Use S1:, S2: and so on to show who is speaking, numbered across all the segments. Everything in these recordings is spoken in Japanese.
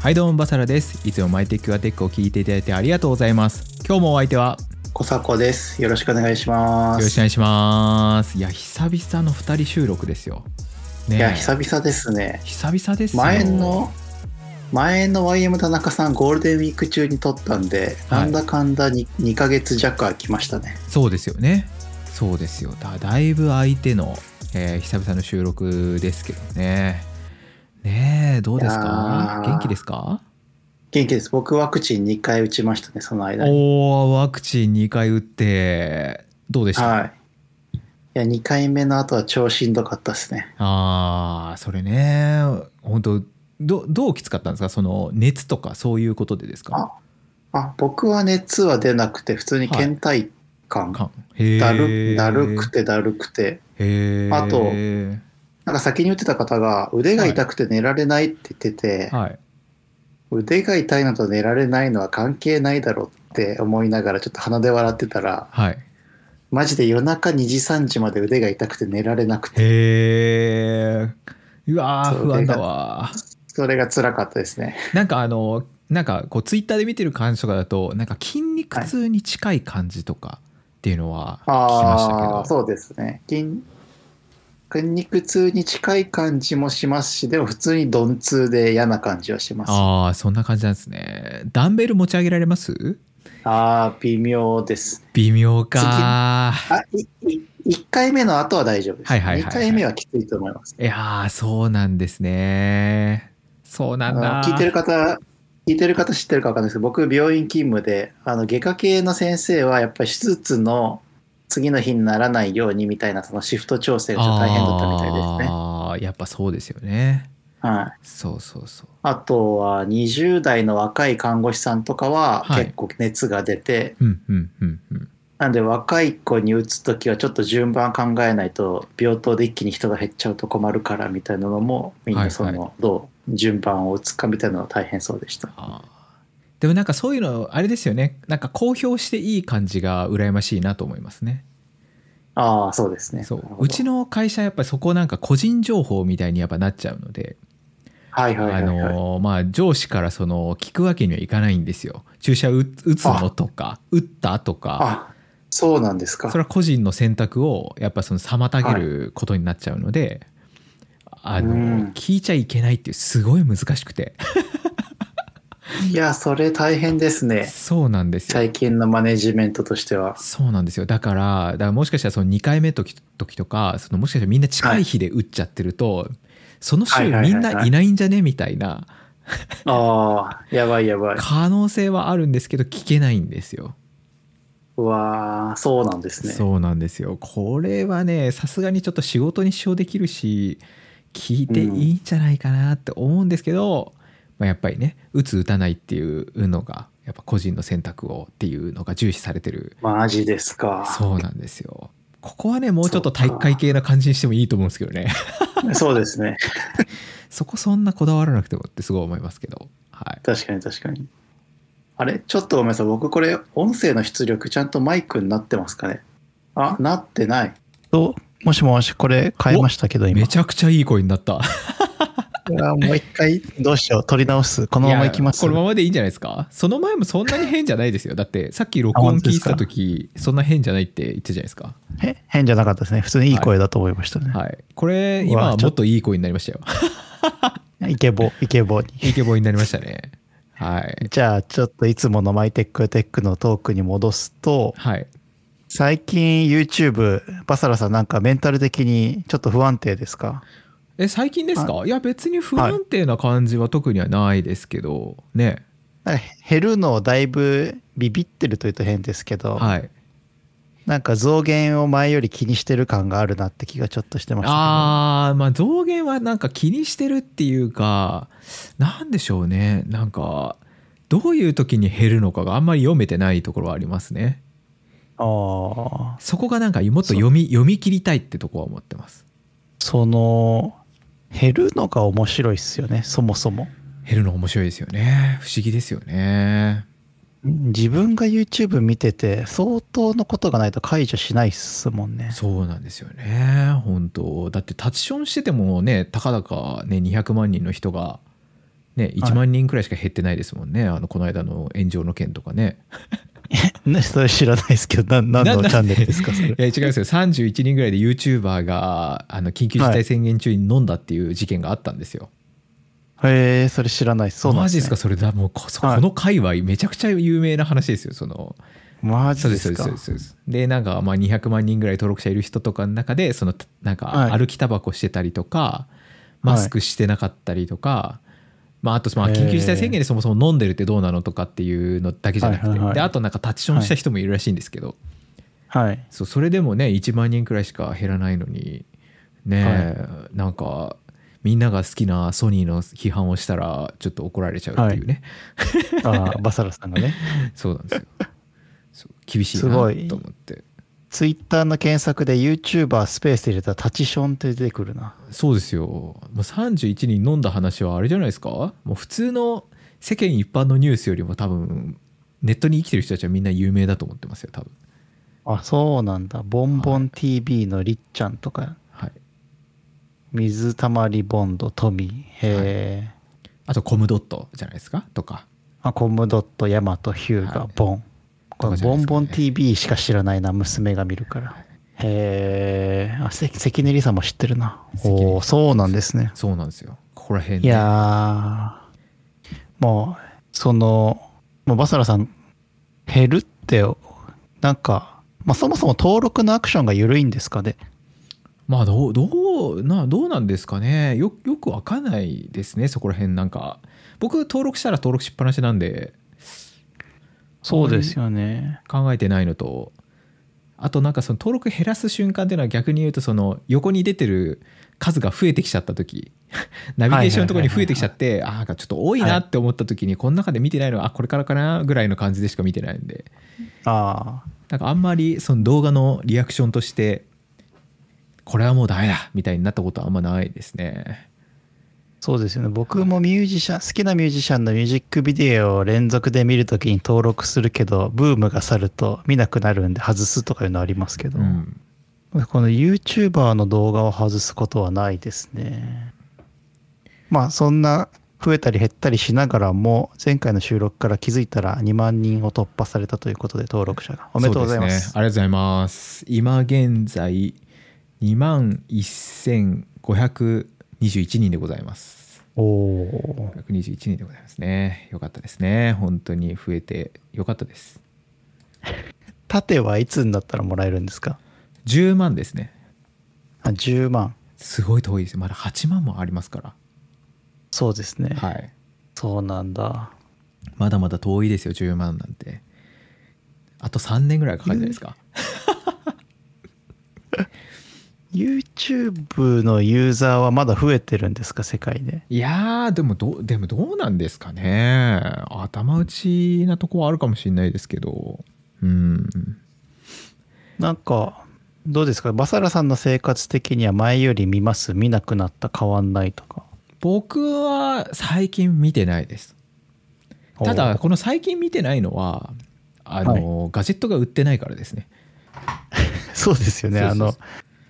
S1: はいどうもバサラですいつもマイテックはテックを聞いていただいてありがとうございます今日もお相手は
S2: 小迫です。よろしくお願いしま
S1: よろしくお
S2: す。
S1: 願いしますいや久々の2人収録ですよねえ
S2: いや、久々ですね。
S1: 久々ですよ
S2: 前の、前の YM 田中さん、ゴールデンウィーク中に撮ったんで、
S1: はい
S2: なんだかんだ 2, 2ヶ月弱空きましたね。
S1: そうですよねそうですよだだいぶ相手の、えー久々の収録ですけどねねえどうです
S2: いや
S1: か
S2: ー
S1: 元気ですか
S2: 元気です。僕、ワクチン2回打ちましたね、その間に。
S1: おーワクチン2回打ってどうでした、
S2: はい。いや、2回目の後は超しんどかったですね。
S1: ああそれね本当どどうきつかったんですかその熱とかそういうことでですか
S2: あ、僕は熱は出なくて、普通に倦怠感。
S1: かへえ
S2: だるだるくてだるくて
S1: へえ
S2: あとなんか先に打ってた方が腕が痛くて寝られないって言ってて、
S1: はい
S2: 腕が痛いのと寝られないのは関係ないだろうって思いながらちょっと鼻で笑ってたら
S1: はい
S2: マジで夜中2時3時まで腕が痛くて寝られなくて
S1: へえうわー
S2: そう
S1: 不安だわ
S2: それが辛かったですね
S1: なんかあのなんかこうツイッターで見てる感じとかだとなんか筋肉痛に近い感じとかっていうのは聞きましたけど、
S2: ああーそうですね筋筋肉痛に近い感じもしますしでも普通に鈍痛で嫌な感じはしますあ
S1: あーそんな感じなんですねダンベル持ち上げられます
S2: あー微妙です
S1: 微妙か
S2: あいい1回目の後は大丈夫です、
S1: はいはいはいはい
S2: 2回目はきついと思います
S1: いやーそうなんですねそうなん
S2: あ
S1: だ
S2: の聞いてる方聞いてる方知ってるか分かんないですけど僕病院勤務であの外科系の先生はやっぱり手術の次の日にならないようにみたいなそのシフト調整が大変だったみたいですね。
S1: ああやっぱそうですよね
S2: はい、
S1: そうそうそう
S2: あとは20代の若い看護師さんとかは
S1: はい
S2: 結構熱が出て、
S1: うんうんうんうん
S2: なんで若い子に打つ時はちょっと順番考えないと病棟で一気に人が減っちゃうと困るからみたいなのもみんなその、
S1: はいは
S2: どう順番を打つかみたいなのは大変そうでした。
S1: あーでもなんかそういうのあれですよねなんか公表していい感じが羨ましいなと思いますね
S2: ああそうですね。
S1: そ
S2: なる
S1: う
S2: ほ
S1: う
S2: ど
S1: ちの会社やっぱりそこなんか個人情報みたいにやっぱなっちゃうので
S2: はいはいは
S1: あ
S2: いはい、
S1: のーまあ上司からその聞くわけにはいかないんですよ注射打打つのとか打ったとか
S2: あそうなんですか。
S1: それは個人の選択をやっぱその妨げることになっちゃうので、あの、
S2: うん
S1: 聞いちゃいけないっていうすごい難しくて
S2: いや、それ大変ですね。
S1: そうなんですよ
S2: 最近のマネジメントとしては。
S1: そうなんですよだからだからもしかしたらその2回目の時時とかそのもしかしたらみんな近い日で打っちゃってると、その週
S2: はいはいは
S1: み
S2: いは
S1: ん
S2: い
S1: ないないんじゃねみたいな
S2: ああ、やばいやばい。
S1: 可能性はあるんですけど聞けないんですよ。
S2: うわーそうなんですね。
S1: そうなんですよこれはねさすがにちょっと仕事に支障できるし聞いていいんじゃないかなって思うんですけど、まあ、やっぱりね打つ打たないっていうのがやっぱ個人の選択をっていうのが重視されてる
S2: マジですか。
S1: そうなんですよここはねもうちょっと体育会系な感じにしてもいいと思うんですけどね
S2: そうですね。
S1: そこそんなこだわらなくてもってすごい思いますけどはい
S2: 確かに確かに。あれちょっとごめんなさい。僕これ、音声の出力ちゃんとマイクになってますかねあ、なってない。どうもしもし、これ変えましたけど、今。
S1: めちゃくちゃいい声になった
S2: いやもう一回、どうしよう。取り直す。このままいきます。
S1: やこのままでいいんじゃないですかその前もそんなに変じゃないですよだってさっき録音聞いてた時そんな変じゃないって言ってたじゃないですか
S2: へ変じゃなかったですね。普通にいい声だと思いましたね。
S1: はいこれ今はもっといい声になりましたよ
S2: イケボ、イケボに。
S1: イケボになりましたねはい
S2: じゃあちょっといつものマイテックテックのトークに戻すと
S1: はい
S2: 最近 YouTube バサラさんなんかメンタル的にちょっと不安定ですか
S1: え最近ですかいや別に不安定な感じは特にはないですけどね
S2: なんか減るのをだいぶビビってるというと変ですけど、
S1: はい
S2: なんか増減を前より気にしてる感があるなって気がちょっとしてましたけど
S1: あーまあ増減はなんか気にしてるっていうかなんでしょうねなんかどういう時に減るのかがあんまり読めてないところはありますね
S2: あー
S1: そこがなんかもっと読み読み切りたいってとこは思ってます
S2: その減るのが面白いっすよねそもそも
S1: 減るの面白いですよね不思議ですよね
S2: 自分が YouTube 見てて相当のことがないと解除しないっすもんね
S1: そうなんですよね本当だってタッチションしててもねたかだかね200万人の人がね、1万人くらいしか減ってないですもんね、あのこの間の炎上の件とかね。
S2: ね、それ知らないですけど、な何のチャンネルですか、それ
S1: い。や違いますよ31人ぐらいで YouTuber があの緊急事態宣言中に飲んだっていう事件があったんですよ。
S2: へえ、それ知らない。そうなん
S1: マ
S2: です、
S1: ジ
S2: ね。
S1: ですかそれだもうこそ
S2: はい
S1: この界隈めちゃくちゃ有名な話ですよその
S2: マ
S1: そ
S2: ジ
S1: う
S2: で
S1: です
S2: すか
S1: そうですそうですでなんかまあ200万人ぐらい登録者いる人とかの中でそのなんか
S2: はい
S1: 歩きタバコしてたりとかマスクしてなかったりとか、まあ、あとまあ
S2: へー
S1: 緊急事態宣言でそもそも飲んでるってどうなのとかっていうのだけじゃなくて、
S2: はいはいはい
S1: であとなんかタッチションした人もいるらしいんですけど、
S2: はい。
S1: そうそれでもね1万人くらいしか減らないのにね、なんかみんなが好きなソニーの批判をしたらちょっと怒られちゃうっていうね、
S2: ああ、バサラさんがね。
S1: そうなんですよそう厳しいな
S2: す
S1: と
S2: ごい
S1: 思って
S2: ツイッターの検索で YouTuber スペース入れたらタチションって出てくるな。
S1: そうですよもう31人飲んだ話はあれじゃないですかもう普通の世間一般のニュースよりも多分ネットに生きてる人たちはみんな有名だと思ってますよ多分
S2: あ、そうなんだ。ボンボン TV のりっちゃんとか、
S1: はい
S2: 水たまりボンド、トミー、へえ、
S1: あとコムドットじゃないですかとか
S2: あコムドット、ヤマト、ヒュー
S1: は
S2: ガ
S1: い、
S2: ボン。この
S1: とかじゃな
S2: ボ
S1: いですかね
S2: ンボン TV しか知らないな、娘が見るから。へえ、あ、せ関根りさんも知ってるな。
S1: 関根梨
S2: おお、そうなんですね。
S1: そうなんですよここら辺
S2: い
S1: ね
S2: やー、もう、その、もうバサラさん、減るって、なんか、まあ、そもそも登録のアクションが緩いんですかね。
S1: まあどうどうなどうなんですかねよよくわかんないですねそこら辺なんか僕登録したら登録しっぱなしなんで
S2: そうですよね。
S1: 考えてないのとあとなんかその登録減らす瞬間っていうのは逆に言うとその横に出てる数が増えてきちゃった時 ナビゲーションのところに増えてきちゃってあーなんかちょっと多いなって思った時にこの中で見てないのはあこれからかなぐらいの感じでしか見てないんで
S2: あ
S1: なんかあんまりその動画のリアクションとしてこれはもうダメだみたいになったことはあんまないですね。
S2: あ、そうですよね。僕もミュージシャン、好きなミュージシャンのミュージックビデオを連続で見るときに登録するけど、ブームが去ると見なくなるんで外すとかいうのありますけど、
S1: うん
S2: この YouTuber の動画を外すことはないですね。まあそんな増えたり減ったりしながらも前回の収録から気づいたら2万人を突破されたということで登録者がおめでとうございま
S1: そ
S2: す
S1: でねありがとうございます。今現在2万1521人でございます。
S2: おおー
S1: 121人でございますね。よかったですね。本当に増えてよかったです。
S2: 盾はいつになったらもらえるんですか
S1: 10万ですね。
S2: あ ?10 万
S1: すごい遠いです。まだ8万もありますか
S2: そうですね、
S1: ら。はい。
S2: そうなんだ
S1: まだまだ遠いですよ。10万なんて。あと3年ぐらいかかるんじゃないですか。
S2: YouTube のユーザーはまだ増えてるんですか世界で
S1: いやーでもどうでもどうなんですかね頭打ちなとこはあるかもしれないですけどうん
S2: なんかどうですかバサラさんの生活的には前より見ます見なくなった変わんないとか
S1: 僕は最近見てないですただ
S2: おー
S1: この最近見てないのはあの、ガジェットが売ってないからですね
S2: そうですよね
S1: そうそうそう
S2: あの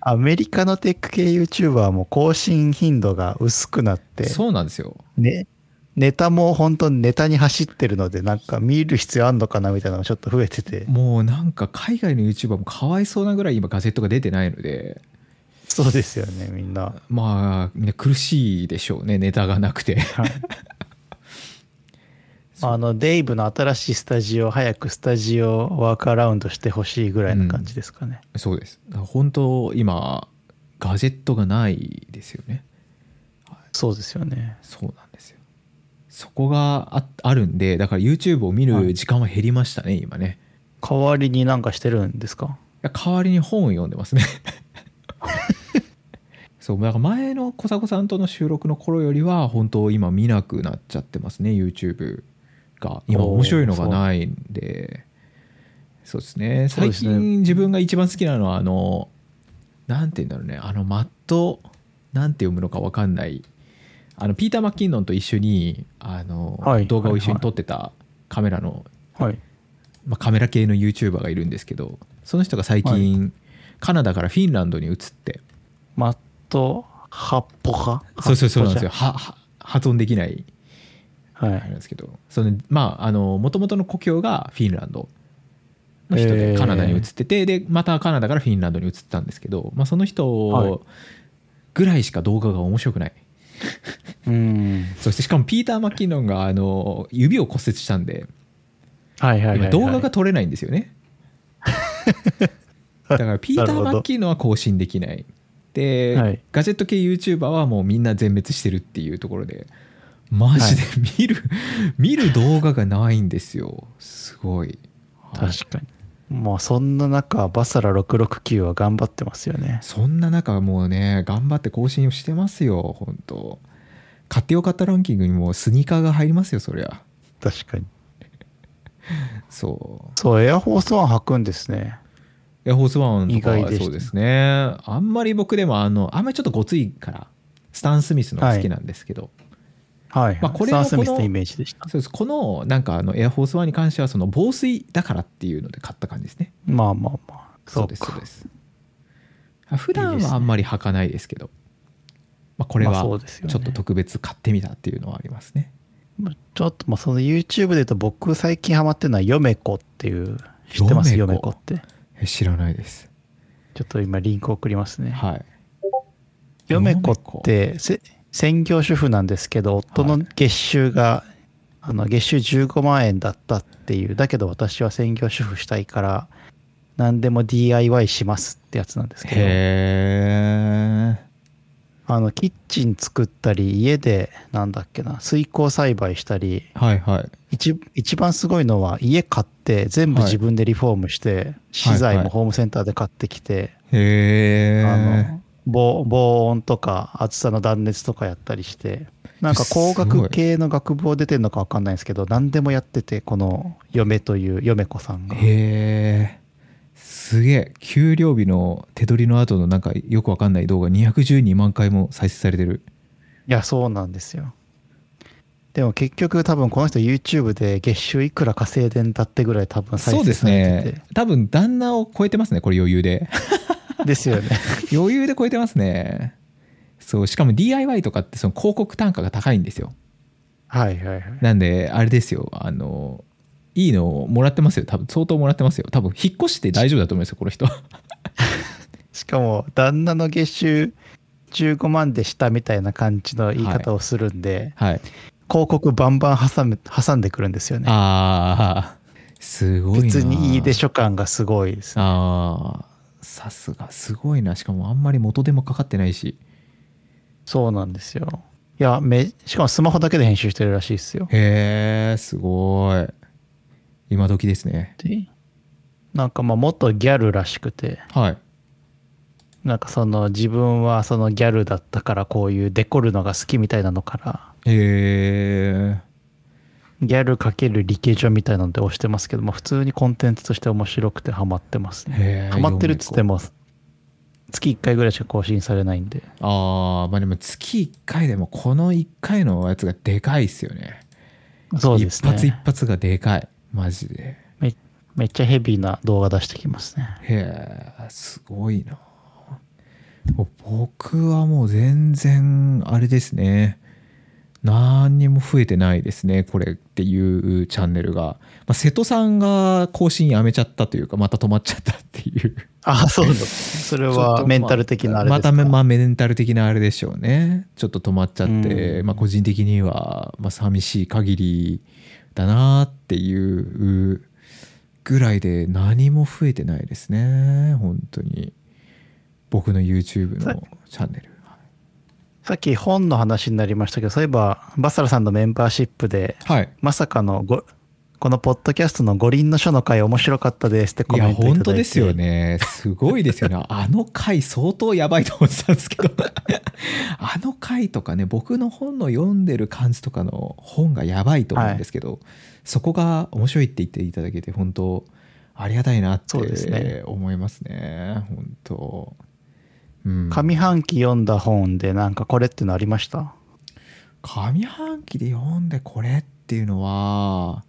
S2: アメリカのテック系 YouTuber も更新頻度が薄くなって、
S1: そうなんですよ
S2: ね、ネタも本当にネタに走ってるのでなんか見る必要あんのかなみたいなのがちょっと増えてて
S1: もうなんか海外の YouTuber もかわいそうなぐらい今ガジェットが出てないので
S2: そうですよねみんな
S1: まあみんな苦しいでしょうねネタがなくて
S2: あのデイブの新しいスタジオ早くスタジオワークアラウンドしてほしいぐらいの感じですかね、
S1: そうです本当今ガジェットがないですよね
S2: そうですよね
S1: そうなんですよそこがああるんでだから YouTube を見る時間は減りましたね、今ね
S2: 代わりになんかしてるんですか
S1: いや代わりに本を読んで ますねそうだから前の小迫さんとの収録の頃よりは本当今見なくなっちゃってますね YouTube が今
S2: おー
S1: 面白いのがないんでそうですね
S2: そう
S1: 最
S2: ですね
S1: 近自分が一番好きなのはあのなんて言うんだろうねあのマットなんて読むのか分かんないあのピーター・マッキンノンと一緒にあの、
S2: はい
S1: 動画を一緒に
S2: はいはい
S1: 撮ってたカメラの
S2: はい
S1: まあ、カメラ系の YouTuber がいるんですけどその人が最近、カナダからフィンランドに移って
S2: マットハッポハ
S1: そうそうそうなんですよ
S2: ハッポ
S1: はは発音できない
S2: は
S1: あ
S2: い。
S1: るんですけどそのまああの元々の故郷がフィンランドの人
S2: へ
S1: で
S2: ー
S1: カナダに移ってて、でまたカナダからフィンランドに移ったんですけど、まあ、その
S2: はい
S1: 人ぐらいしか動画が面白くない
S2: うん。
S1: そしてしかもピーター・マッキーノンがあの指を骨折したんで
S2: はいはいはい、は
S1: 今
S2: い。
S1: 動画が撮れないんですよ ねだからピータ
S2: なる
S1: ー・
S2: ほど
S1: マッキーノンは更新できないで、
S2: はい
S1: ガジェット系 YouTuber はもうみんな全滅してるっていうところでマジで見る、見る動画がないんですよすごいはい
S2: 確かに。もうそんな中、バサラ669は頑張ってますよね。
S1: そんな中もうね頑張って更新をしてますよ本当買ってよかったランキングにもスニーカーが入りますよそりゃ
S2: 確かに。
S1: そう
S2: そう、エアフォースワン履くんですね。
S1: エアフォースワンとか
S2: 意外
S1: は
S2: でした
S1: そうですねあんまり僕でもあのあんまりちょっとごついからスタン・スミスのが好きなんですけど、
S2: はい。
S1: まあこれ
S2: サ
S1: は
S2: ン・スミス
S1: こ
S2: の
S1: の
S2: イメージでした。
S1: そうですこのなんかあのエアフォースワンに関してはその防水だからっていうので買った感じですね
S2: まあまあまあ。
S1: そう
S2: か
S1: ですそうですあ普段
S2: いいです
S1: は
S2: ね
S1: あんまり履かないですけどまあ、これ
S2: ま
S1: は
S2: あ
S1: ち
S2: そ
S1: ょ
S2: うですよね
S1: っと特別買ってみたっていうのはありますね
S2: まあちょっとまあその YouTube で言うと僕最近ハマってるのはヨメコっていう知ってます
S1: ヨ
S2: ヨ
S1: メ
S2: メ
S1: コ
S2: コって
S1: え知らないです
S2: ちょっと今リンク送りますね
S1: はい
S2: ヨメコってせ専業主婦なんですけど夫の月収が、あの月収15万円だったっていうだけど私は専業主婦したいから何でも DIY しますってやつなんですけ
S1: へえ
S2: どあのキッチン作ったり家でなんだっけな水耕栽培したり
S1: はいはい
S2: 一一番すごいのは家買って全部
S1: はい
S2: 自分でリフォームして、資材
S1: はい
S2: もホームセンターで買ってきて、
S1: へえ
S2: あの防防音とか暑さの断熱とかやったりしてなんか工
S1: すごい
S2: 学系の学部を出てるのか分かんないんですけど何でもやっててこの嫁という嫁子さんが
S1: へえすげえ給料日の手取りの後のなんかよくわかんない動画212万回も再生されてる
S2: いや、そうなんですよ。でも結局多分この人 YouTube で月収いくら稼いでんだってぐらい多分再
S1: そう
S2: 生
S1: です
S2: されてて。
S1: ね多分旦那を超えてますねこれ余裕 で
S2: で すよね。
S1: 余裕で超えてますねそうしかも DIY とかってその広告単価が高いんですよ
S2: はいはいはい。
S1: なんであれですよあのいいのをもらってますよ多分相当もらってますよ多分引っ越して大丈夫だと思いますよこの人
S2: しかも旦那の月収15万でしたみたいな感じの言い方をするんで、
S1: はい
S2: 広告バンバン挟む挟んでくるんですよね。
S1: ああすごいな
S2: 別にいいでしょ感がすごいですね。
S1: あーさすがすごいなしかもあんまり元手もかかってないし
S2: そうなんですよ。いやめ、しかもスマホだけで編集してるらしいですよ。
S1: へえすごい今時ですね
S2: でなんかまあ元ギャルらしくて。
S1: はい
S2: なんかその自分はそのギャルだったからこういうデコるのが好きみたいなのから
S1: へえ
S2: ギャル×理系女みたいなので押してますけども普通にコンテンツとして面白くてハマってますね
S1: へえ
S2: ハマってるっつっても月1回ぐらいしか更新されないんで
S1: ああまあでも月1回でもこの1回のやつがでかいっすよね
S2: そうです
S1: 一発一
S2: ね
S1: 発がでかいマジで
S2: めめっちゃヘビーな動画出してきますね
S1: へえすごいなもう僕はもう全然あれですね何にも増えてないですねこれっていうチャンネルが、まあ、瀬戸さんが更新やめちゃったというかまた止まっちゃったっていう
S2: あそうだそれ
S1: ちょっとま
S2: はメンタル的なあれです
S1: ま
S2: か
S1: たまあメンタル的なあれでしょうねちょっと止まっちゃって、
S2: うん
S1: まあ、個人的にはまあ寂しい限りだなっていうぐらいで何も増えてないですね本当に僕の YouTube
S2: さ
S1: のチャンネル
S2: さっき本の話になりましたけどそういえばバサラさんのメンバーシップで
S1: はい
S2: まさかのご、このポッドキャストの五輪の書の回面白かったですってコ
S1: い
S2: メ
S1: や
S2: ントいただいて。
S1: 本当ですよ。ねすごいですよ ねあの回相当やばいと思ってたんですけどあの回とかね僕の本の読んでる感じとかの本がやばいと思うんですけど、そこが面白いって言っていただけて本当ありがたいなっ
S2: そうです
S1: て
S2: ね
S1: 思いますね本当うん
S2: 上半期読んだ本でなんかこれってのありました
S1: 上半期で読んでこれっていうのは、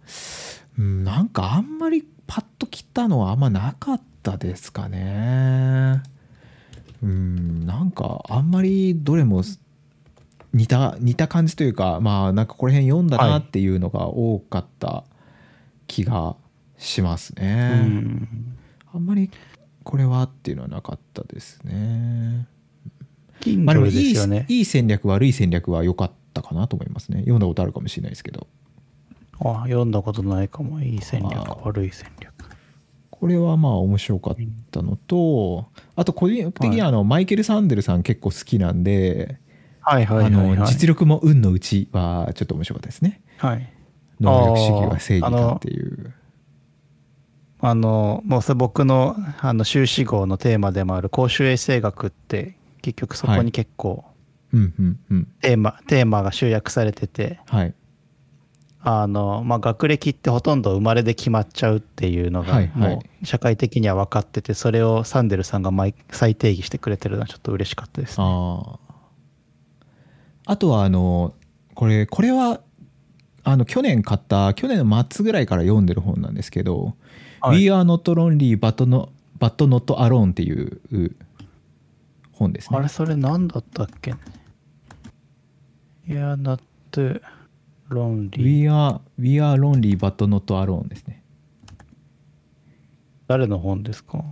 S1: うん、なんかあんまりパッと来たのはあんまなかったですかね。うん、なんかあんまりどれも似た似た感じというかまあなんかこの辺読んだなっていうのが多かった気がしますね、
S2: うん
S1: あんまりこれはっていうのはなかったですね
S2: 近
S1: まあで
S2: 所
S1: も
S2: で
S1: いい
S2: すよね。
S1: いい戦略悪い戦略は良かったかなと思いますね読んだことあるかもしれないですけど
S2: あ読んだことないかも。いい戦略
S1: あ、ー
S2: 悪い戦略。
S1: これはまあ面白かったのとあと個人的にはあのマイケル・サンデルさん結構好きなんで、
S2: はいはいはい、
S1: あの
S2: はい。
S1: 実力も運のうちはちょっと面白かったですね
S2: はい。
S1: 能力主義は正義だっていう
S2: あの、もうそれ僕のあの修士号のテーマでもある公衆衛生学って、結局そこ
S1: はい
S2: に結構
S1: うんうんうん
S2: テーマ、テーマが集約されてて、
S1: はい
S2: あの、まあ、学歴ってほとんど生まれで決まっちゃうっていうのが
S1: はい、はい
S2: もう社会的には分かってて、それをサンデルさんが毎再定義してくれてるのはちょっと嬉しかったです、ね。
S1: あああとはあのこれこれはあの去年買った去年の末ぐらいから読んでる本なんですけど「
S2: はい
S1: We are not lonely but, no, but not alone」っていうう本です
S2: あ
S1: ね
S2: れ、それ何だったっけね ?You're not lonely.
S1: We are, we are lonely but not alone ですね。
S2: 誰の本ですか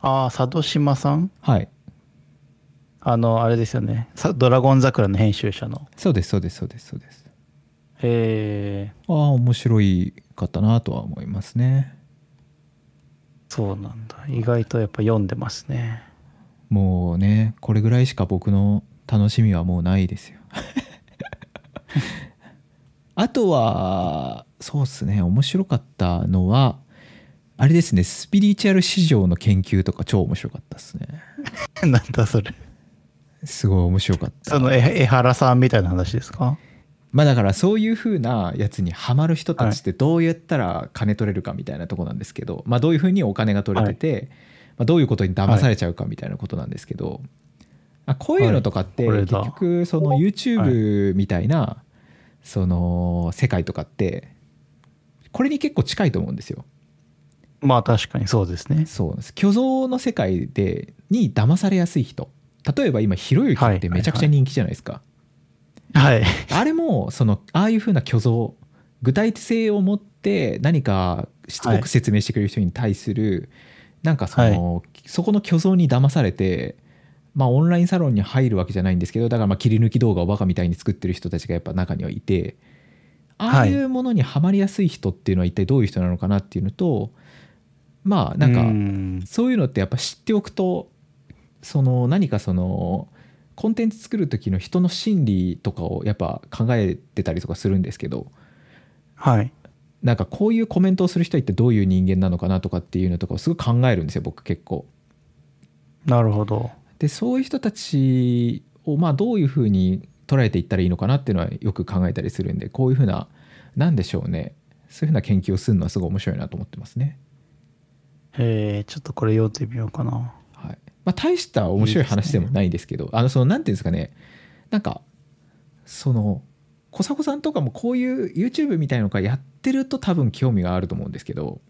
S2: ああ、佐渡島さん
S1: はい。
S2: あの、あれですよね。さドラゴン桜の編集者の。
S1: そうです、そうです、そうです、そうです。
S2: へえ、
S1: ああ、面白いかったなとは思いますね。
S2: そうなんだ。意外とやっぱ読んでますね。
S1: もうね、これぐらいしか僕の楽しみはもうないですよ。 あとは、そうですね、面白かったのは、あれですね、スピリチュアル市場の研究とか超面白かったですね。
S2: なんだそれ。
S1: すごい面白かった。
S2: その江江原さんみたいな話ですか
S1: まあだからそういう風なやつにハマる人たちってどうやったら金取れるかみたいなとこなんですけど、まあどういう風にお金が取れてて、まあどういうことに騙されちゃうかみたいなことなんですけど、あこういうのとかって
S2: はいこれ
S1: 結
S2: だ
S1: 局その YouTube みたいなその世界とかってこれに結構近いと思うんですよ。
S2: まあ確かにそうですね。
S1: そうなんです虚像の世界でに騙されやすい人例えば今ひろゆきってめちゃくちゃ人気じゃないですか。
S2: はい。
S1: あれもそのああいうふうな虚像具体性を持って何かしつこく説明してくれる人に対する、なんかその、そこの虚像に騙されてまあオンラインサロンに入るわけじゃないんですけどだからまあ切り抜き動画をバカみたいに作ってる人たちがやっぱ中にはいてああいうものにはまりやすい人っていうのは一体どういう人なのかなっていうのとまあなんか、
S2: うん
S1: そういうのってやっぱ知っておくとその何かそのコンテンツ作る時の人の心理とかをやっぱ考えてたりとかするんですけど
S2: はい。
S1: なんかこういうコメントをする人は一体どういう人間なのかなとかっていうのとかをすごい考えるんですよ僕結構。
S2: なるほど。
S1: でそういう人たちをまあどういうふうに捉えていったらいいのかなっていうのはよく考えたりするんでこういうふうな何でしょうねそういうふうな研究をするのはすごい面白いなと思ってますね。
S2: えー、ちょっとこれ読んでみようかな。
S1: はいまあ、大した面白い話でもないんですけどあのそのなんていうんですかねなんかその小迫さんとかもこういう YouTube みたいのがやってると多分興味があると思うんですけど、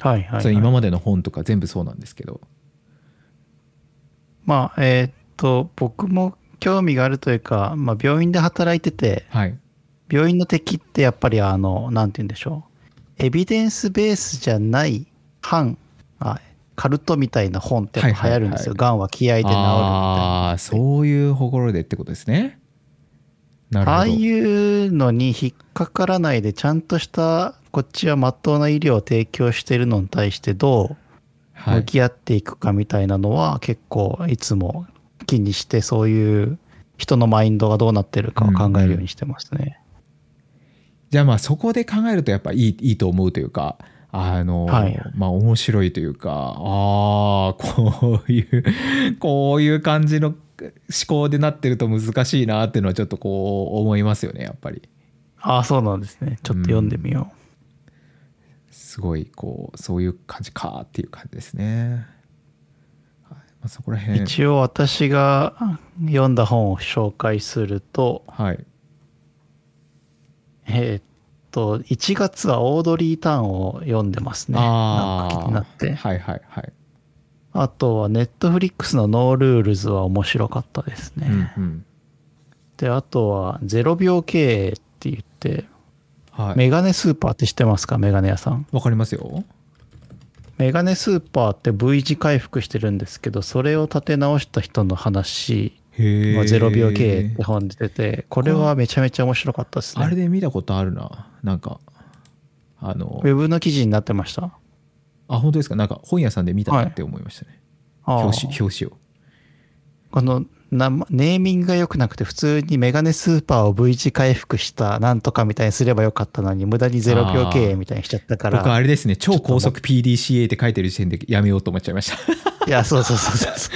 S2: はいはい、はい。
S1: それ今までの本とか全部そうなんですけど
S2: まあ、えーっと、僕も興味があるというか、まあ病院で働いてて、
S1: はい
S2: 病院の敵ってやっぱりあの、なんて言うんでしょう。エビデンスベースじゃない反、あカルトみたいな本ってやっぱ流行るんですよ。
S1: はい
S2: がんは気合で治るみたいな。
S1: ああーそういうところでってことですねなるほど
S2: ああいうのに引っかからないで、ちゃんとした、こっちはまっとうな医療を提供しているのに対してどう
S1: は
S2: 向
S1: い、
S2: き合っていくかみたいなのは、結構いつも気にして、そういう人のマインドがどうなってるかを考えるようにしてますね。
S1: じゃあまあそこで考えるとやっぱいいいいと思うというかあの、
S2: はい
S1: まあ面白いというかああ こういうこういう感じの思考でなってると難しいなっていうのはちょっとこう思いますよねやっぱり
S2: ああ、そうなんですね。ちょっと読んでみよ
S1: すごいこうそういう感じかっていう感じですね。はいまあ、そこら
S2: う。
S1: 辺
S2: 一応私が読んだ本を紹介すると、
S1: はい
S2: えーっと、1月はオードリー・タンを読んでますね。なんか
S1: あ
S2: 気になって
S1: ー。はいはいはい。
S2: あとは、ネットフリックスのノールールズは面白かったです
S1: うん
S2: ね。
S1: うん
S2: で、あとは、0秒経営って言って、
S1: はい
S2: メガネスーパーって知ってますかメガネ屋さん。
S1: わかりますよ
S2: メガネスーパーって V 字回復してるんですけど、それを立て直した人の話、
S1: へえ
S2: まあ、0秒経営って本出てて、これはめちゃめちゃ面白かったですね。
S1: あれで見たことあるななんかあの
S2: ウェブの記事になってました。
S1: あ本当ですかなんか本屋さんで見たなって思いましたね、
S2: ああ
S1: 表紙表紙を
S2: この名前ネーミングが良くなくて普通にメガネスーパーを V 字回復したなんとかみたいにすればよかったのに無駄に0秒経営みたいにしちゃったか
S1: 僕あ
S2: ら
S1: れですね超高速 PDCA って書いてる時点でやめようと思っちゃいました
S2: いやそうそうそうそうそう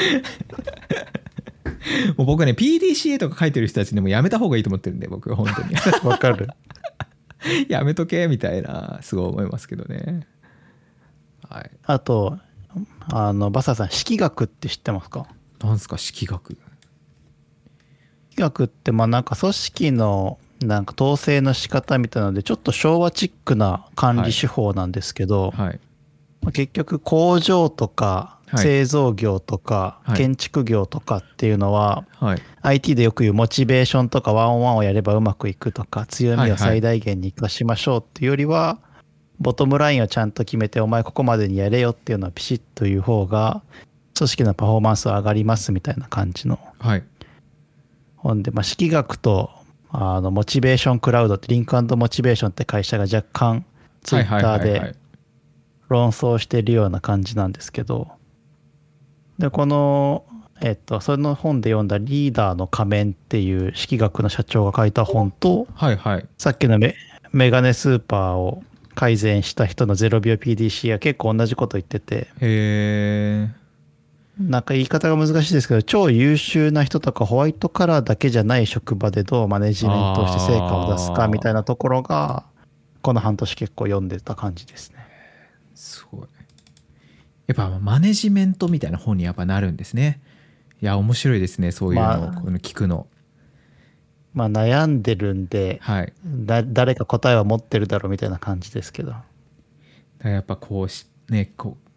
S1: もう僕はね PDCA とか書いてる人たちでもやめた方がいいと思ってるんで僕は本当 に
S2: わかる
S1: やめとけみたいなすごい思いますけどねはい
S2: あとあのバサさん色学って知ってますか
S1: なんすか色学
S2: 色学ってまあなんか組織のなんか統制の仕方みたいなのでちょっと昭和チックな管理手法なんですけど、
S1: はい
S2: まあ結局工場とか
S1: はい
S2: 製造業とか
S1: はい
S2: 建築業とかっていうのは
S1: はい
S2: IT でよく言うモチベーションとかワンオンワンをやればうまくいくとか強みを最大限に生かしましょうっていうよりは、ボトムラインをちゃんと決めてお前ここまでにやれよっていうのはピシッという方が組織のパフォーマンスは上がりますみたいな感じの
S1: はい
S2: 本で、まあ、式学とあのモチベーションクラウドってリンクモチベーションって会社が若干ツ
S1: は
S2: イ
S1: い
S2: ッ
S1: はい
S2: ター
S1: はい
S2: で
S1: はい
S2: 論争してるような感じなんですけどでこのえっとその本で読んだ「リーダーの仮面」っていう式学の社長が書いた本と
S1: はいはい
S2: さっきのメメガネスーパーを改善した人の0秒 PDC は結構同じこと言ってて
S1: へえ
S2: なんか言い方が難しいですけど超優秀な人とかホワイトカラーだけじゃない職場でどうマネジメントをして成果を出す
S1: あ
S2: か
S1: ー
S2: みたいなところがこの半年結構読んでた感じですね。
S1: すごいやっぱマネジメントみたいな本にやっぱなるんですねいや面白いですねそういうのを
S2: まあ
S1: この聞くの、
S2: まあ悩んでるんで
S1: はい
S2: だ誰か答えは持ってるだろうみたいな感じですけど
S1: だからやっぱこうしねこう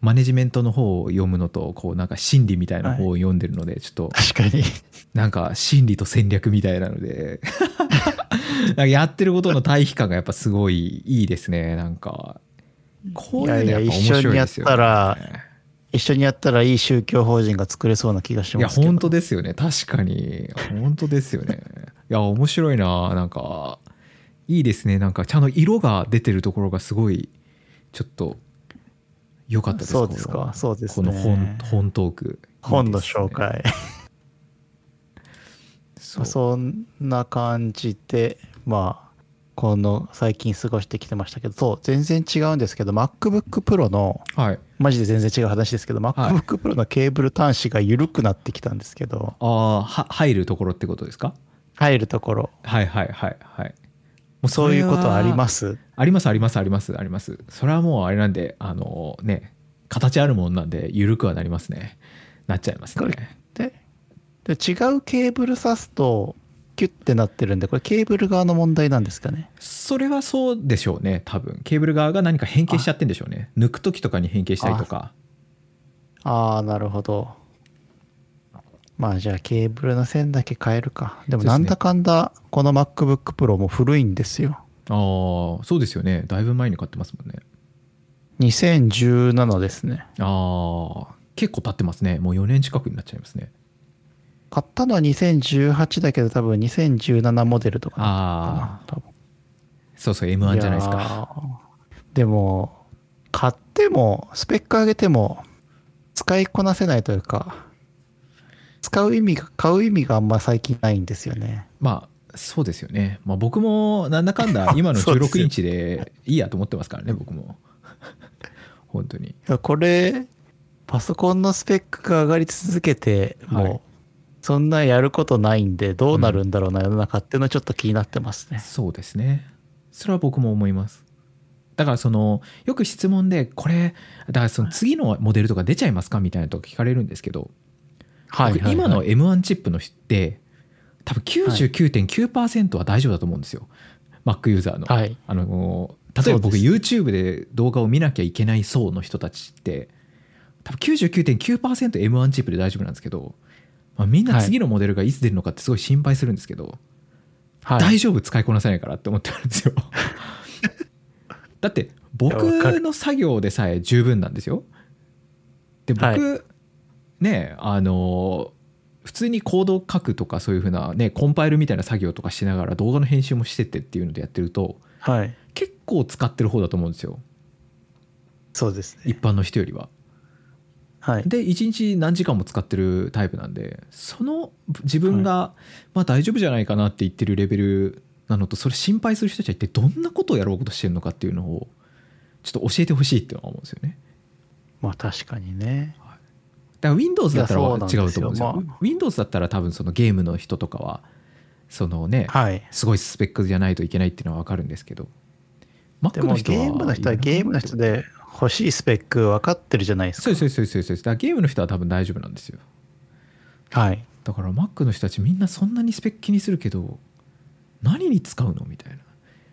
S1: マネジメントの方を読むのとこうなんか心理みたいな方を読んでるので、ちょっと
S2: 確かに
S1: なんか心理と戦略みたいなので なんかやってることの対比感がやっぱすごいいいですねなんかこういうのやっぱ面白いですよ、ね、
S2: いやいや一緒にや一緒にやったらいい宗教法人が作れそうな気がし
S1: いや
S2: ますけど
S1: 本当ですよね確かに本当ですよねいや面白いななんかいいですねなんかちゃんと色が出てるところがすごいちょっと良かったです
S2: そうです
S1: この
S2: かそうです
S1: こ
S2: ね
S1: の本本トーク
S2: 本
S1: いい
S2: の
S1: ですね
S2: 紹介
S1: そう
S2: そんな感じでまあこの最近過ごしてきてましたけどそう全然違うんですけど MacBookPro の
S1: はい
S2: マジで全然違う話ですけど、
S1: い
S2: MacBookPro のケーブル端子が緩くなってきたんですけど
S1: ああは入るところってことですか
S2: 入るところ
S1: はいはいはいはいもそ
S2: そう
S1: れ
S2: い
S1: は
S2: うことあります
S1: ありますありますありますありますそれはもうあれなんであのね形あるもんなんで緩くはなりますねなっちゃいます
S2: これ
S1: ね
S2: でで違うケーブル挿すとキュッてなってるんでこれケーブル側の問題なんですかね
S1: それはそうでしょうね多分ケーブル側が何か変形しちゃってんでしょうね抜く時とかに変形したりとか
S2: ああなるほどまあじゃあケーブルの線だけ変えるかでも
S1: そうです
S2: な
S1: ね
S2: んだかんだこの MacBookPro も古いんですよ
S1: ああーそうですよねだいぶ前に買ってますもんね
S2: 2017ですね
S1: ああ結構経ってますねもう4年近くになっちゃいますね
S2: 買ったのは2018だけど多分2017モデルとかな
S1: ああ
S2: 多分
S1: そうそう M1 じゃないです
S2: いや
S1: か
S2: ーでも買ってもスペック上げても使いこなせないというか使う意味が買う意味があんま最近ないんですよね
S1: まあそうですよね、まあ、僕もなんだかんだ 今の
S2: そうです
S1: 16
S2: よ
S1: インチでいいやと思ってますからね僕も本当に
S2: いやこれパソコンのスペックが上がり続けてもう、
S1: はい
S2: そんなやることないんでどうなるんだろうな、世の中っていうのはちょっと気になってますね
S1: そうですねそれは僕も思いますだからそのよく質問でこれだからその次のモデルとか出ちゃいますかみたいなとこ聞かれるんですけど、
S2: はい
S1: 僕今の M1 チップの人って多分99.9%は大丈夫だと思うんですよ、Mac ユーザーの,、
S2: はい
S1: あの例えば僕
S2: そう
S1: YouTube で動画を見なきゃいけない層の人たちって多分 99.9%M1 チップで大丈夫なんですけどまあ、みんな次のモデルがいつ出るのかってすごい心配するんですけど、
S2: はい。
S1: 大丈夫使いこなせないからって思ってるん ですよだって僕
S2: いやわかる
S1: の作業でさえ十分なんですよで僕、
S2: はい
S1: ねあの普通にコードを書くとかそういうふうなねコンパイルみたいな作業とかしながら動画の編集もしてってっていうのでやってると
S2: はい。
S1: 結構使ってる方だと思うんですよ
S2: そうですね。
S1: 一般の人よりは
S2: はい。
S1: で1日何時間も使ってるタイプなんでその自分が、まあ大丈夫じゃないかなって言ってるレベルなのとそれ心配する人たちは一体どんなことをやろうとしてるのかっていうのをちょっと教えてほしいっていうのは思うんですよね
S2: まあ確かにね。
S1: だから Windows だったら
S2: い
S1: 違
S2: や
S1: うと思うんですよ
S2: そうなんですよま
S1: Windows だったら多分そのゲームの人とかはそのね
S2: はい。
S1: すごいスペックじゃないといけないっていうのは分かるんですけど Mac
S2: でも
S1: の人
S2: ゲ
S1: は
S2: ームの人はい
S1: ろんなこと
S2: ゲームの人で欲しいスペック分かってるじゃないです
S1: そ
S2: か
S1: う。ですそうですそうですそうですだからゲームの人は多分大丈夫なんですよ
S2: はい。
S1: だから Mac の人たちみんなそんなにスペック気にするけど何に使うのみたいな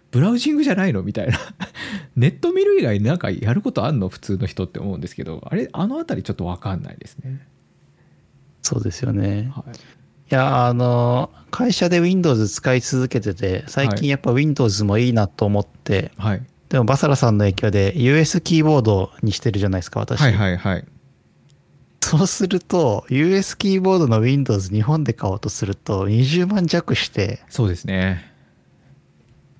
S1: ブラウジングじゃないのみたいな ネット見る以外なんかやることあんの普通の人って思うんですけどあれあの辺りちょっと分かんないですね、
S2: そうですよね。
S1: はい、
S2: いや、あの、会社で Windows 使い続けてて、最
S1: はい
S2: 近やっぱ Windows もいいなと思って、
S1: はい、
S2: でもバサラさんの影響で US キーボードにしてるじゃないですか、私。
S1: はいはいはい
S2: そうすると、US キーボードの Windows 日本で買おうとすると20万弱して、
S1: そうですね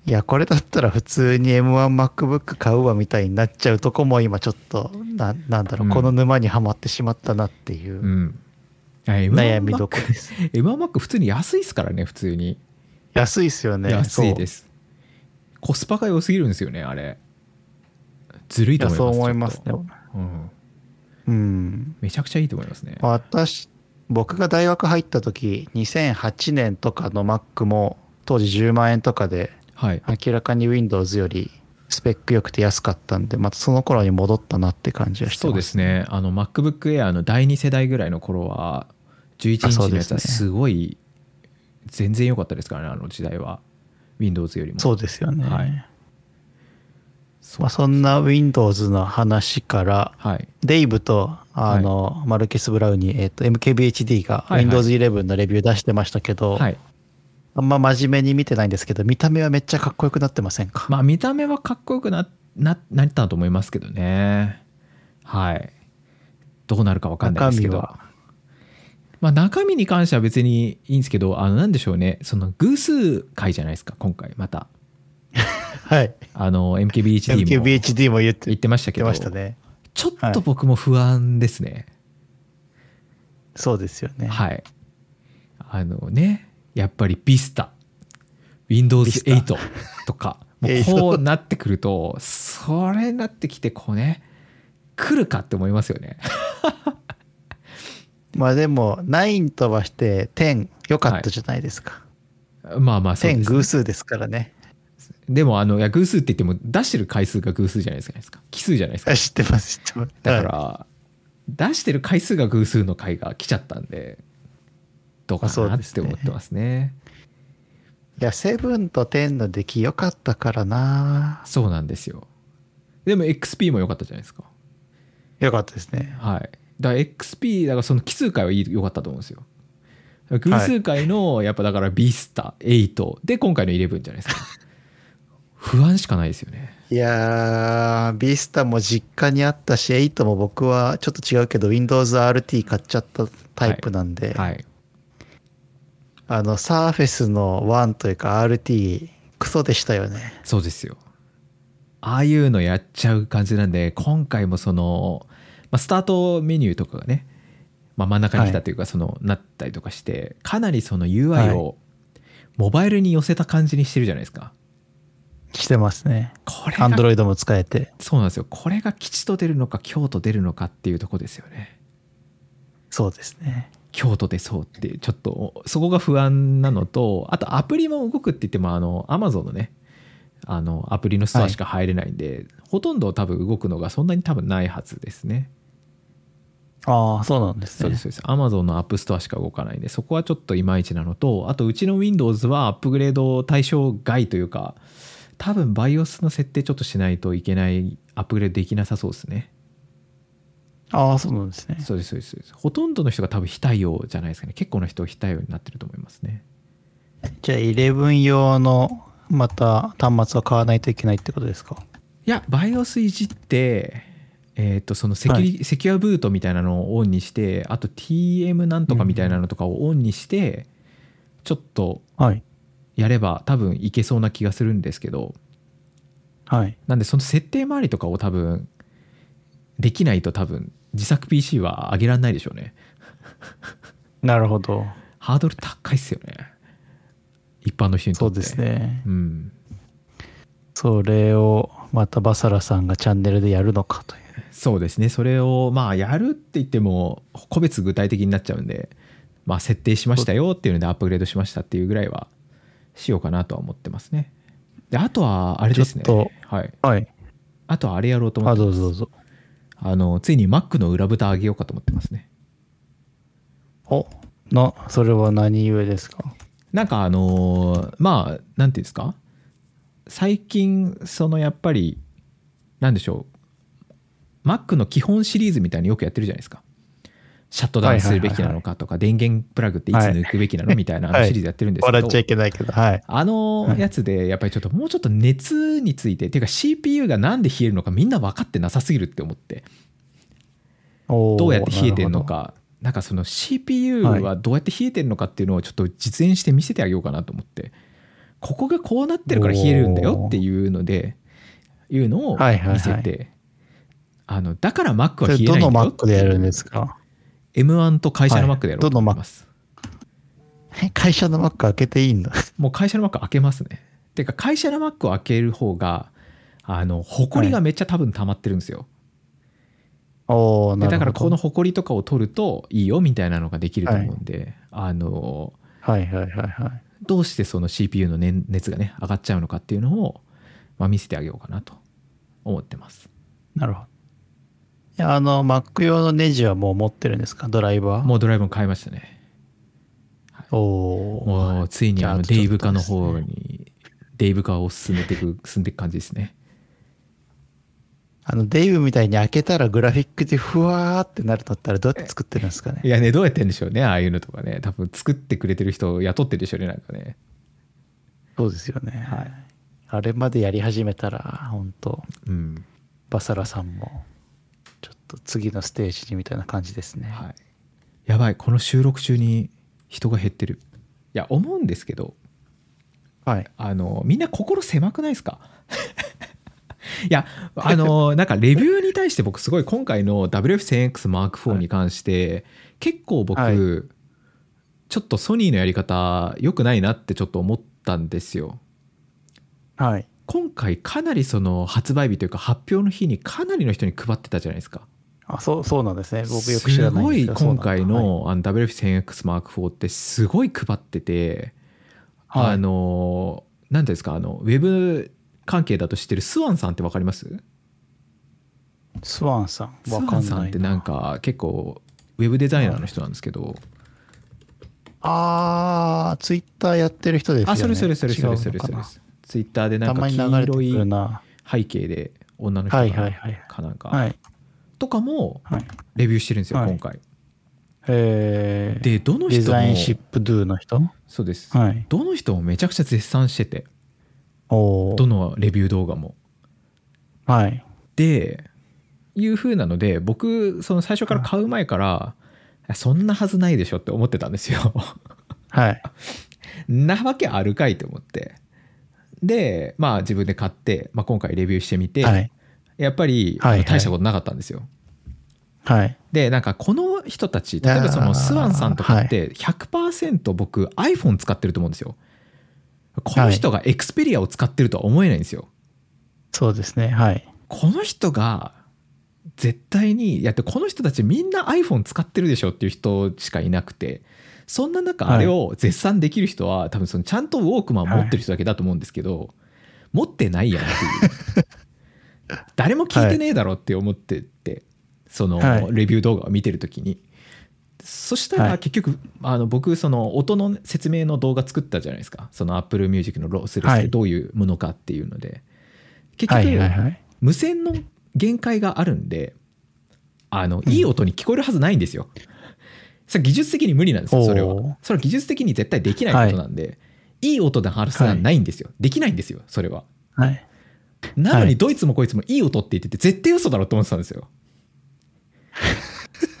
S2: いや、これだったら普通に M1MacBook 買うわみたいになっちゃうとこも今ちょっと、ななんだろ
S1: うん
S2: う、この沼にはまってしまったなっていううん
S1: 悩
S2: 悩みどころです。
S1: m マック普通に安いですからね普通に
S2: 安いですよね。
S1: 安い
S2: そう
S1: ですコスパが良すぎるんですよねあれずるい
S2: い
S1: と
S2: や、
S1: 思います
S2: そう思
S1: ちょ
S2: いますね
S1: っ。とうん、
S2: うん。
S1: めちゃくちゃいいと思いますね
S2: 私、僕が大学入った時、2008年とかの Mac も当時10万円とかで、
S1: はい
S2: 明らかに Windows よりスペック良くて安かったんで、またその頃に戻ったなって感じがして
S1: そう
S2: ます。
S1: ですねあの MacBook Air の第2世代ぐらいの頃は11
S2: あ
S1: イン
S2: そう
S1: チの
S2: で
S1: や
S2: す
S1: つ
S2: ね
S1: はすごい全然良かったですからねあの時代は Windows よりも
S2: そうですよね。
S1: はいそう
S2: まあ、そんな Windows の話から、
S1: はい
S2: デイブとあの、マルケス・ブラウニー、えっと MKBHD が
S1: はいはい
S2: Windows 11のレビュー出してましたけど、
S1: はい
S2: あんま真面目に見てないんですけど見た目はめっちゃかっこよくなってませんか、
S1: まあ見た目はかっこよくなななったと思いますけどねはいどうなるか分かんないですけど
S2: 中身は
S1: まあ中身に関しては別にいいんですけどあのなんでしょうねその偶数回じゃないですか今回また
S2: はい
S1: あの MKBHD も言
S2: MKBHD も言って言
S1: っ
S2: って
S1: ましたけ
S2: て
S1: ど
S2: ましたね
S1: ちょっと僕も不安ですね。
S2: そうですよね、
S1: はい。あのね、やっぱり Vista、Windows 8と か、もう
S2: Vista
S1: こうなってくると、それになってきて、こうね、来るかって思いますよね。
S2: まあでも9飛ばして10良かったじゃないですか、
S1: まあまあ、そうです、
S2: 10
S1: ね
S2: 偶。数ですからね
S1: でも、あの、いや、偶数って言っても、出してる回数が偶数じゃないですか。奇数じゃないですか
S2: あ。知ってます知ってます
S1: だか
S2: はい
S1: ら、出してる回数が偶数の回が来ちゃったんで、どうか
S2: そう
S1: なっ
S2: です
S1: て
S2: ね
S1: 思ってますね。
S2: いや7と10の出来良かったからな
S1: そうなんですよ。でも XP も良かったじゃないですか。
S2: 良かったですね
S1: はい。だから XP だからその奇数回はいい良かったと思うんですよ。だから偶数回のやっぱだからビスタ8で今回の11じゃないですか。不安しかないですよね。
S2: いやー、ビスタも実家にあったし、8も僕はちょっと違うけど、Windows RT 買っちゃったタイプなんで、
S1: はい。
S2: あの、サーフェスの1というか RT、クソでしたよね。
S1: そうですよ。ああいうのやっちゃう感じなんで今回もその、まあ、スタートメニューとかがね、まあ、真ん中に来たというかその、なったりとかしてかなりその UI をモバイルに寄せた感じにしてるじゃないですか。
S2: してます ね。
S1: これが
S2: Android も使えて。
S1: そうなんですよ。これが吉と出るのか京と出るのかっていうとこですよね。
S2: そうですね。
S1: 京都出そうっていうちょっとそこが不安なのとあとアプリも動くって言ってもあの Amazon のねあのアプリのストアしか入れないんで、ほとんど多分動くのがそんなに多分ないはずですね。
S2: ああ、そうなんです
S1: そうですそうです。Amazon のアップストアしか動かないんでそこはちょっといまいちなのとあとうちの Windows はアップグレード対象外というか多分 BIOS の設定ちょっとしないといけないアップグレードできなさそうですね。
S2: ああ、そうなんですね。
S1: そうですそうですそうですほとんどの人が多分非対応じゃないですかね結構の人非対応になってると思いますね
S2: じゃあ、11用の、また端末は買わないといけないってことですか
S1: いや BIOS いじってえー、とそのセキュリ、セキュアブートみたいなのをオンにしてあと TM なんとかみたいなのとかをオンにして、ちょっと
S2: はい。
S1: やれば多分いけそうな気がするんですけど
S2: はい。
S1: なんでその設定周りとかを多分できないと多分自作 PC は上げられないでしょうね
S2: なるほど。
S1: ハードル高いっすよね一般の人にと
S2: そ
S1: っ
S2: う
S1: て
S2: ですね。
S1: うん
S2: それを、またバサラさんがチャンネルでやるのかという。
S1: そうですねそれをまあやるって言っても個別具体的になっちゃうんでまあ設定しましたよっていうのでアップグレードしましたっていうぐらいはしようかなとは思ってますねであとはあれですね
S2: ちょっ
S1: はい
S2: はい。
S1: あとはあれやろうと思っ
S2: あ、
S1: て
S2: ど
S1: ま
S2: う
S1: す
S2: ぞどうぞ。
S1: あのついに Mac の裏蓋上げようかと思ってますね
S2: お、の、それは何故ですか
S1: なんかあのーまあなんていうんですか最近そのやっぱりなんでしょう Mac の基本シリーズみたいによくやってるじゃないですかシャットダウンするべきなのかとか電源プラグっていつ抜くべきなのみたいなあのシリーズやってるんですけど、
S2: 笑っちゃいけないけど、はい。
S1: あのやつでやっぱりちょっともうちょっと熱についてっていうか CPU がなんで冷えるのかみんな分かってなさすぎるって思って
S2: おー
S1: どうやって冷えてるの。かなんかその CPU はどうやって冷えてるのかっていうのをちょっと実演して見せてあげようかなと思ってここがこうなってるから冷えるんだよっていうのでいうのを
S2: はいはいはい
S1: 見せてあのだから Mac
S2: な
S1: は冷
S2: るほ
S1: え
S2: どそ
S1: な
S2: れ
S1: い
S2: ど
S1: んだよっ
S2: の Mac
S1: て
S2: で
S1: い
S2: やる
S1: うん
S2: ですか
S1: M1 と会社の
S2: はい
S1: Mac でやろうと思います、
S2: え会社の Mac 開けていいんだ。
S1: もう会社の Mac 開けますねてか会社の Mac を開ける方があの埃がめっちゃ多分溜まってるんですよ、
S2: おー
S1: で
S2: なるほど。
S1: だからこの、埃とかを取るといいよみたいなのができると思うんで、あの
S2: はいはいはいはい。
S1: どうしてその CPU の熱熱がね上がっちゃうのかっていうのを、まあ、見せてあげようかなと思ってます
S2: なるほど。いやあの、Mac 用のネジはもう持ってるんですかドライバー
S1: もうドライブも買いましたね
S2: おー
S1: もうついにあの
S2: じゃ
S1: デ
S2: あ
S1: イブ化の
S2: ちょ
S1: 方
S2: っと
S1: にデイブ化を進めてい く進んでいく感じですね
S2: あの、デイブみたいに開けたらグラフィックでふわーってなるのったらどうやって作ってるんですかね
S1: いやねどうやってんでしょうねああいうのとかね多分作ってくれてる人を雇ってるでしょうねなんかね
S2: そうですよね。
S1: はい
S2: あれまでやり始めたら、本当
S1: うん
S2: バサラさんも、ちょっと次のステージにみたいな感じですね。
S1: はいやばいこの収録中に人が減ってるいや思うんですけど
S2: はい。
S1: あのみんな心狭くないですか いやあ のなんかレビューに対して僕すごい今回の WF1000XM4 に関して、結構僕、
S2: はい
S1: ちょっとソニーのやり方良くないなってちょっと思ったんですよ
S2: はい。
S1: 今回かなりその発売日というか発表の日にかなりの人に配ってたじゃないですか
S2: あ、そう、そうなんですね。僕よく知らないんです
S1: す
S2: けど
S1: ごい今回、
S2: そうなんだ
S1: の,、あの WF1000XM4 ってすごい配ってて、
S2: はい
S1: あの何ていうんですかあのウェブ関係だと知ってるスワンさんってわかります
S2: はいスワンさん。
S1: ス
S2: わ
S1: ワ
S2: か
S1: ン
S2: ん
S1: さ
S2: なん
S1: っ
S2: い
S1: て
S2: な。
S1: なんか結構ウェブデザイナーの人なんですけど、
S2: あー、ツイッターやってる人ですよね。
S1: あそれそれそれそれそ
S2: 違う
S1: れそ
S2: のか
S1: れ
S2: な
S1: ですツイッターでな
S2: た
S1: んか
S2: まに
S1: 黄
S2: 流れてく
S1: 色
S2: る
S1: い
S2: な。
S1: 背景で女の人
S2: はいはいはい
S1: かなんか、
S2: はい。
S1: とかも
S2: はい。
S1: レビューしてるんですよ、
S2: はい
S1: 今回
S2: えー、
S1: でどの
S2: デ
S1: 人も
S2: ザインシップドゥの人
S1: そうです、
S2: はい。
S1: どの人もめちゃくちゃ絶賛してて
S2: お
S1: ど
S2: ー
S1: のレビュー動画も
S2: はい。
S1: でいう風なので僕その最初から買う前からそんなはずないでしょって思ってたんですよ
S2: はい。
S1: なわけあるかいと思ってでまあ自分で買って、まあ、今回レビューしてみて、
S2: はい。
S1: やっぱり、
S2: はいはい
S1: 大したことなかったんですよ
S2: はい。
S1: でなんかこの人たち例えばそ
S2: いや
S1: の
S2: ー
S1: スワンさんとかって100%僕 iPhone 使ってると思うんですよこの人が Xperia を使ってるとは思えないんですよ、
S2: そうですね。はい。
S1: この人が絶対にいやってこの人たちみんな iPhone 使ってるでしょっていう人しかいなくてそんな中
S2: はい
S1: あれを絶賛できる人は、多分そのちゃんとウォークマン持ってる人だけだと思うんですけど、持ってないやんっていう 誰も聞いてねえだろって思ってて、その
S2: はい
S1: レビュー動画を見てる時に、そした
S2: は
S1: ら
S2: い
S1: 結局、あの僕その音の説明の動画作ったじゃないですかその Apple Music のロスレス
S2: は
S1: って
S2: い
S1: どういうものかっていうので結局、
S2: はいはいはい。
S1: 無線の限界があるんであのいい音に聞こえるはずないんですよ。それ技術的に無理なんですよそれ
S2: おー
S1: は。それは技術的に絶対できないことなんで、い、い音のはずはないんですよ、できないんですよそれは。
S2: はい。
S1: なの
S2: はい
S1: にドイツもこいつもいい音って言ってて絶対嘘だろうと思ってたんですよ。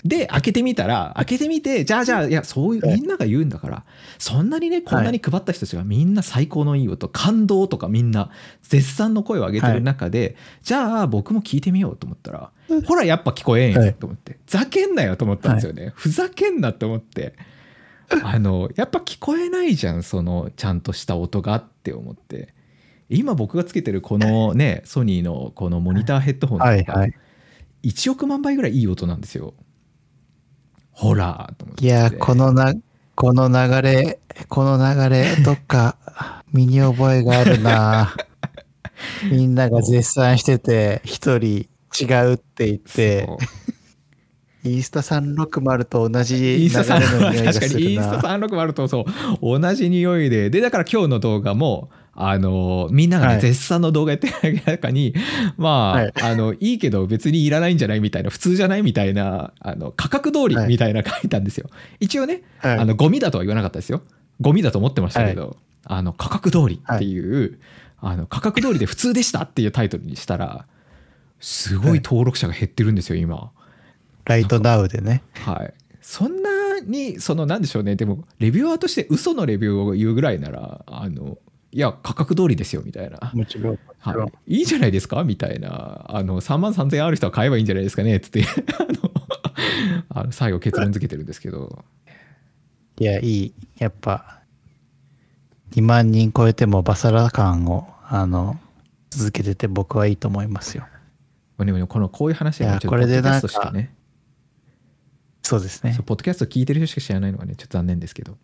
S1: で開けてみたら開けてみてじゃあじゃあいやそういうみんなが言うんだからそんなにねこんなに配った人たちがみんな最高のいい音感動とかみんな絶賛の声を上げてる中で、じゃあ僕も聞いてみようと思ったらほらやっぱ聞こえん
S2: は
S1: よ
S2: い
S1: と思って、ざけんなよと思ったんですよね、ふざけんなと思 ってあのやっぱ聞こえないじゃんそのちゃんとした音がって思って今僕がつけてるこのねソニーのこのモニターヘッドホンとか、
S2: はいはい。
S1: 1億万倍ぐらいいい音なんですよほらと思って
S2: いやー、このな、この流れ、この流れ、どっか身に覚えがあ るなみんなが絶賛してて、一人違うって言って
S1: そ、う
S2: イースタ360と同じ
S1: イン
S2: 流れ
S1: スタさん
S2: の匂
S1: 確
S2: いが
S1: か
S2: す
S1: にイ
S2: る
S1: ンスタ
S2: な。
S1: 36もあるとそう同じ匂いででだから今日の動画もあのみんなが、ね
S2: はい
S1: 絶賛の動画やってる中に まあ,、
S2: はい
S1: い、あのいいけど別にいらないんじゃないみたいな普通じゃないみたいなあの価格通り
S2: はい
S1: みたいな書いたんですよ、一応ね
S2: はい
S1: あのゴミだとは言わなかったですよゴミだと思ってましたけど、あの価格通りっていう、あの価格通りで普通でしたっていうタイトルにしたらすごい登録者が減ってるんですよ今。
S2: ライトナウでね。
S1: はい、そんなにそのなんでしょうねでもレビュアーとして嘘のレビューを言うぐらいならあのいや価格通りですよみたいな、
S2: もちろん。
S1: はい、いいじゃないですかみたいなあの3万3000円ある人は買えばいいんじゃないですかねっつって あのあの最後結論付けてるんですけど
S2: いや、いい。やっぱ、2万人超えてもバサラ感を、あの、続けてて僕はいいと思いますよ。
S1: まあでもねこのこういう話がね
S2: いや
S1: ちょっと
S2: こ
S1: ポ
S2: れ
S1: ッドキ
S2: でな
S1: ャ
S2: ん
S1: スト
S2: か
S1: しかね
S2: そうですね
S1: そう。ポッドキャスト聞いてる人しか知らないのがねちょっと残念ですけど
S2: い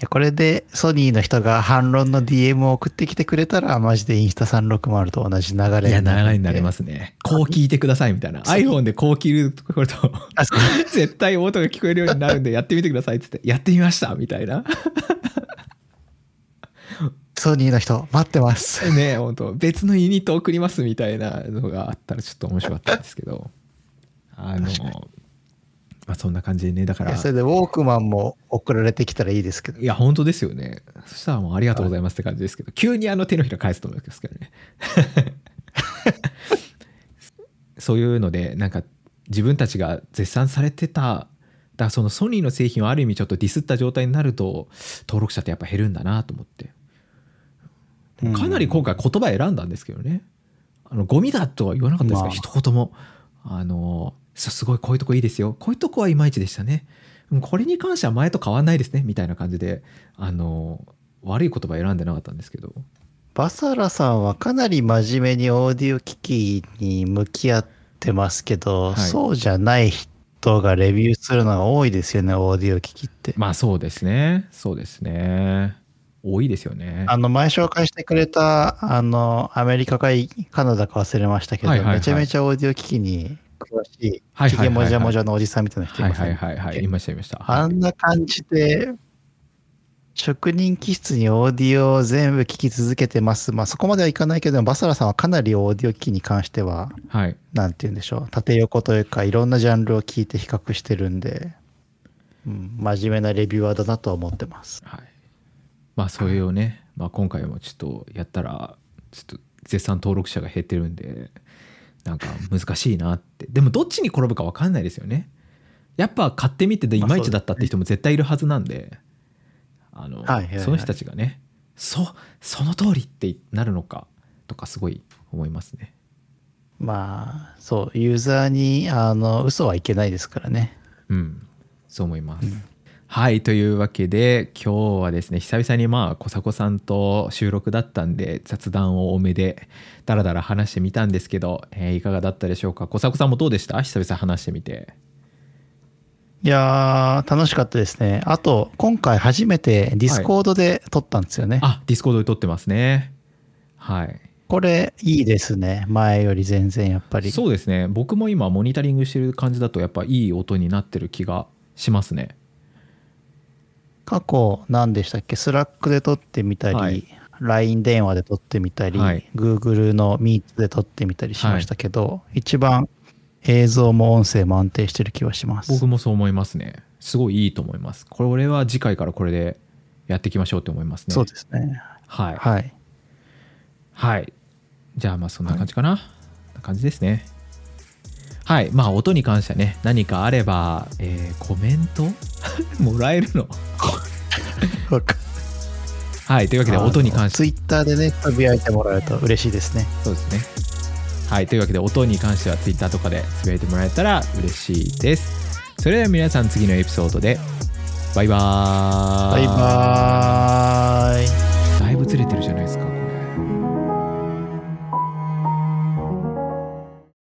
S2: や、これでソニーの人が反論の DM を送ってきてくれたら、マジでインスタ360と同じ流れ。
S1: いや流れになりますすねこう聞いてくださいみたいな iPhone でこう聞るところ と
S2: あそう
S1: 絶対音が聞こえるようになるんでやってみてくださいって言ってやってみましたみたいな
S2: ソニーの人、待ってます。
S1: ね本当別のユニット送りますみたいなのがあったらちょっと面白かったんですけどあの
S2: 確かに
S1: まあそんな感じでねだか
S2: い
S1: ら
S2: やそれ
S1: い
S2: でウォークマンも送られてきたらいいですけど。
S1: や本当ですよねそしたらもうありがとうございますって感じですけど急にあの手のひら返すと思うんですけどねそういうのでなんか自分たちが絶賛されてただからそのソニーの製品をある意味ちょっとディスった状態になると登録者ってやっぱ減るんだなと思ってかなり今回言葉選んだんですけどね、あのゴミだとは言わなかったですが、
S2: まあ
S1: 一言もあのさすごいこういうとこいいですよこういうとこはいまいちでしたねうんこれに関しては前と変わんないですねみたいな感じであの悪い言葉選んでなかったんですけど
S2: バサラさんはかなり真面目にオーディオ機器に向き合ってますけど、
S1: はい
S2: そうじゃない人がレビューするのが多いですよね、オーディオ機器って。
S1: まあそうですねそうですね多いですよね
S2: あの前紹介してくれたあのアメリカかいカナダか忘れましたけど、
S1: はいはいはい
S2: めちゃめちゃオーディオ機器に詳しい、
S1: はい
S2: ひ
S1: はいはいはい
S2: げもじゃもじゃのおじさんみたいな人い
S1: はい
S2: ませ
S1: はい
S2: ん
S1: はいはい
S2: い
S1: いましたいました
S2: あんな感じで職人気質にオーディオを全部聞き続けてますまあそこまではいかないけどバサラさんはかなりオーディオ機器に関しては
S1: はい
S2: なんて言うんでしょう縦横というかいろんなジャンルを聞いて比較してるんで、うん、真面目なレビュアーだなとは思ってます
S1: はい、まあそれをね、まあ、今回もちょっとやったらちょっと絶賛登録者が減ってるんでなんか難しいなってでもどっちに転ぶか分かんないですよねやっぱ買ってみてでい
S2: まあそ
S1: ま
S2: う
S1: いちだったって人も絶対いるはずなんであの
S2: はいはいはい
S1: その人たちがねそその通りってなるのかとかすごい思いますね
S2: まあそうユーザーにあの嘘はいけないですからね
S1: うん、そう思います。はいというわけで今日はですね久々にまあ小迫さんと収録だったんで雑談を多めでダラダラ話してみたんですけど、えーいかがだったでしょうか小迫さんもどうでした久々話してみて。
S2: いやー楽しかったですねあと今回初めてディスコードで撮ったんですよね、
S1: あディスコードで撮ってますね。はい、
S2: これいいですね前より全然やっぱり
S1: そうですね僕も今モニタリングしてる感じだとやっぱいい音になってる気がしますね。
S2: 過去何でしたっけスラックで撮ってみたり、
S1: はい
S2: LINE 電話で撮ってみたり、
S1: はい
S2: Google の Meet で撮ってみたりしましたけど、一番映像も音声も安定してる気はします。
S1: 僕もそう思いますねすごいいいと思いますこれは次回からこれでやっていきましょうって思いますね
S2: そうですね。
S1: はい
S2: はい。
S1: はい。じゃあまあそんな感じかな。こんな感じですね。はい。まあ音に関してはね、何かあれば、えーコメント もらえるの。
S2: わか
S1: はい。というわけで音に関して
S2: ツイッターでね、つぶやいてもらえると嬉しいですね。
S1: そうですね。はい。というわけで音に関しては Twitter とかでつぶやいてもらえたら嬉しいです。それでは皆さん次のエピソードでバイバー
S2: バイバーイ。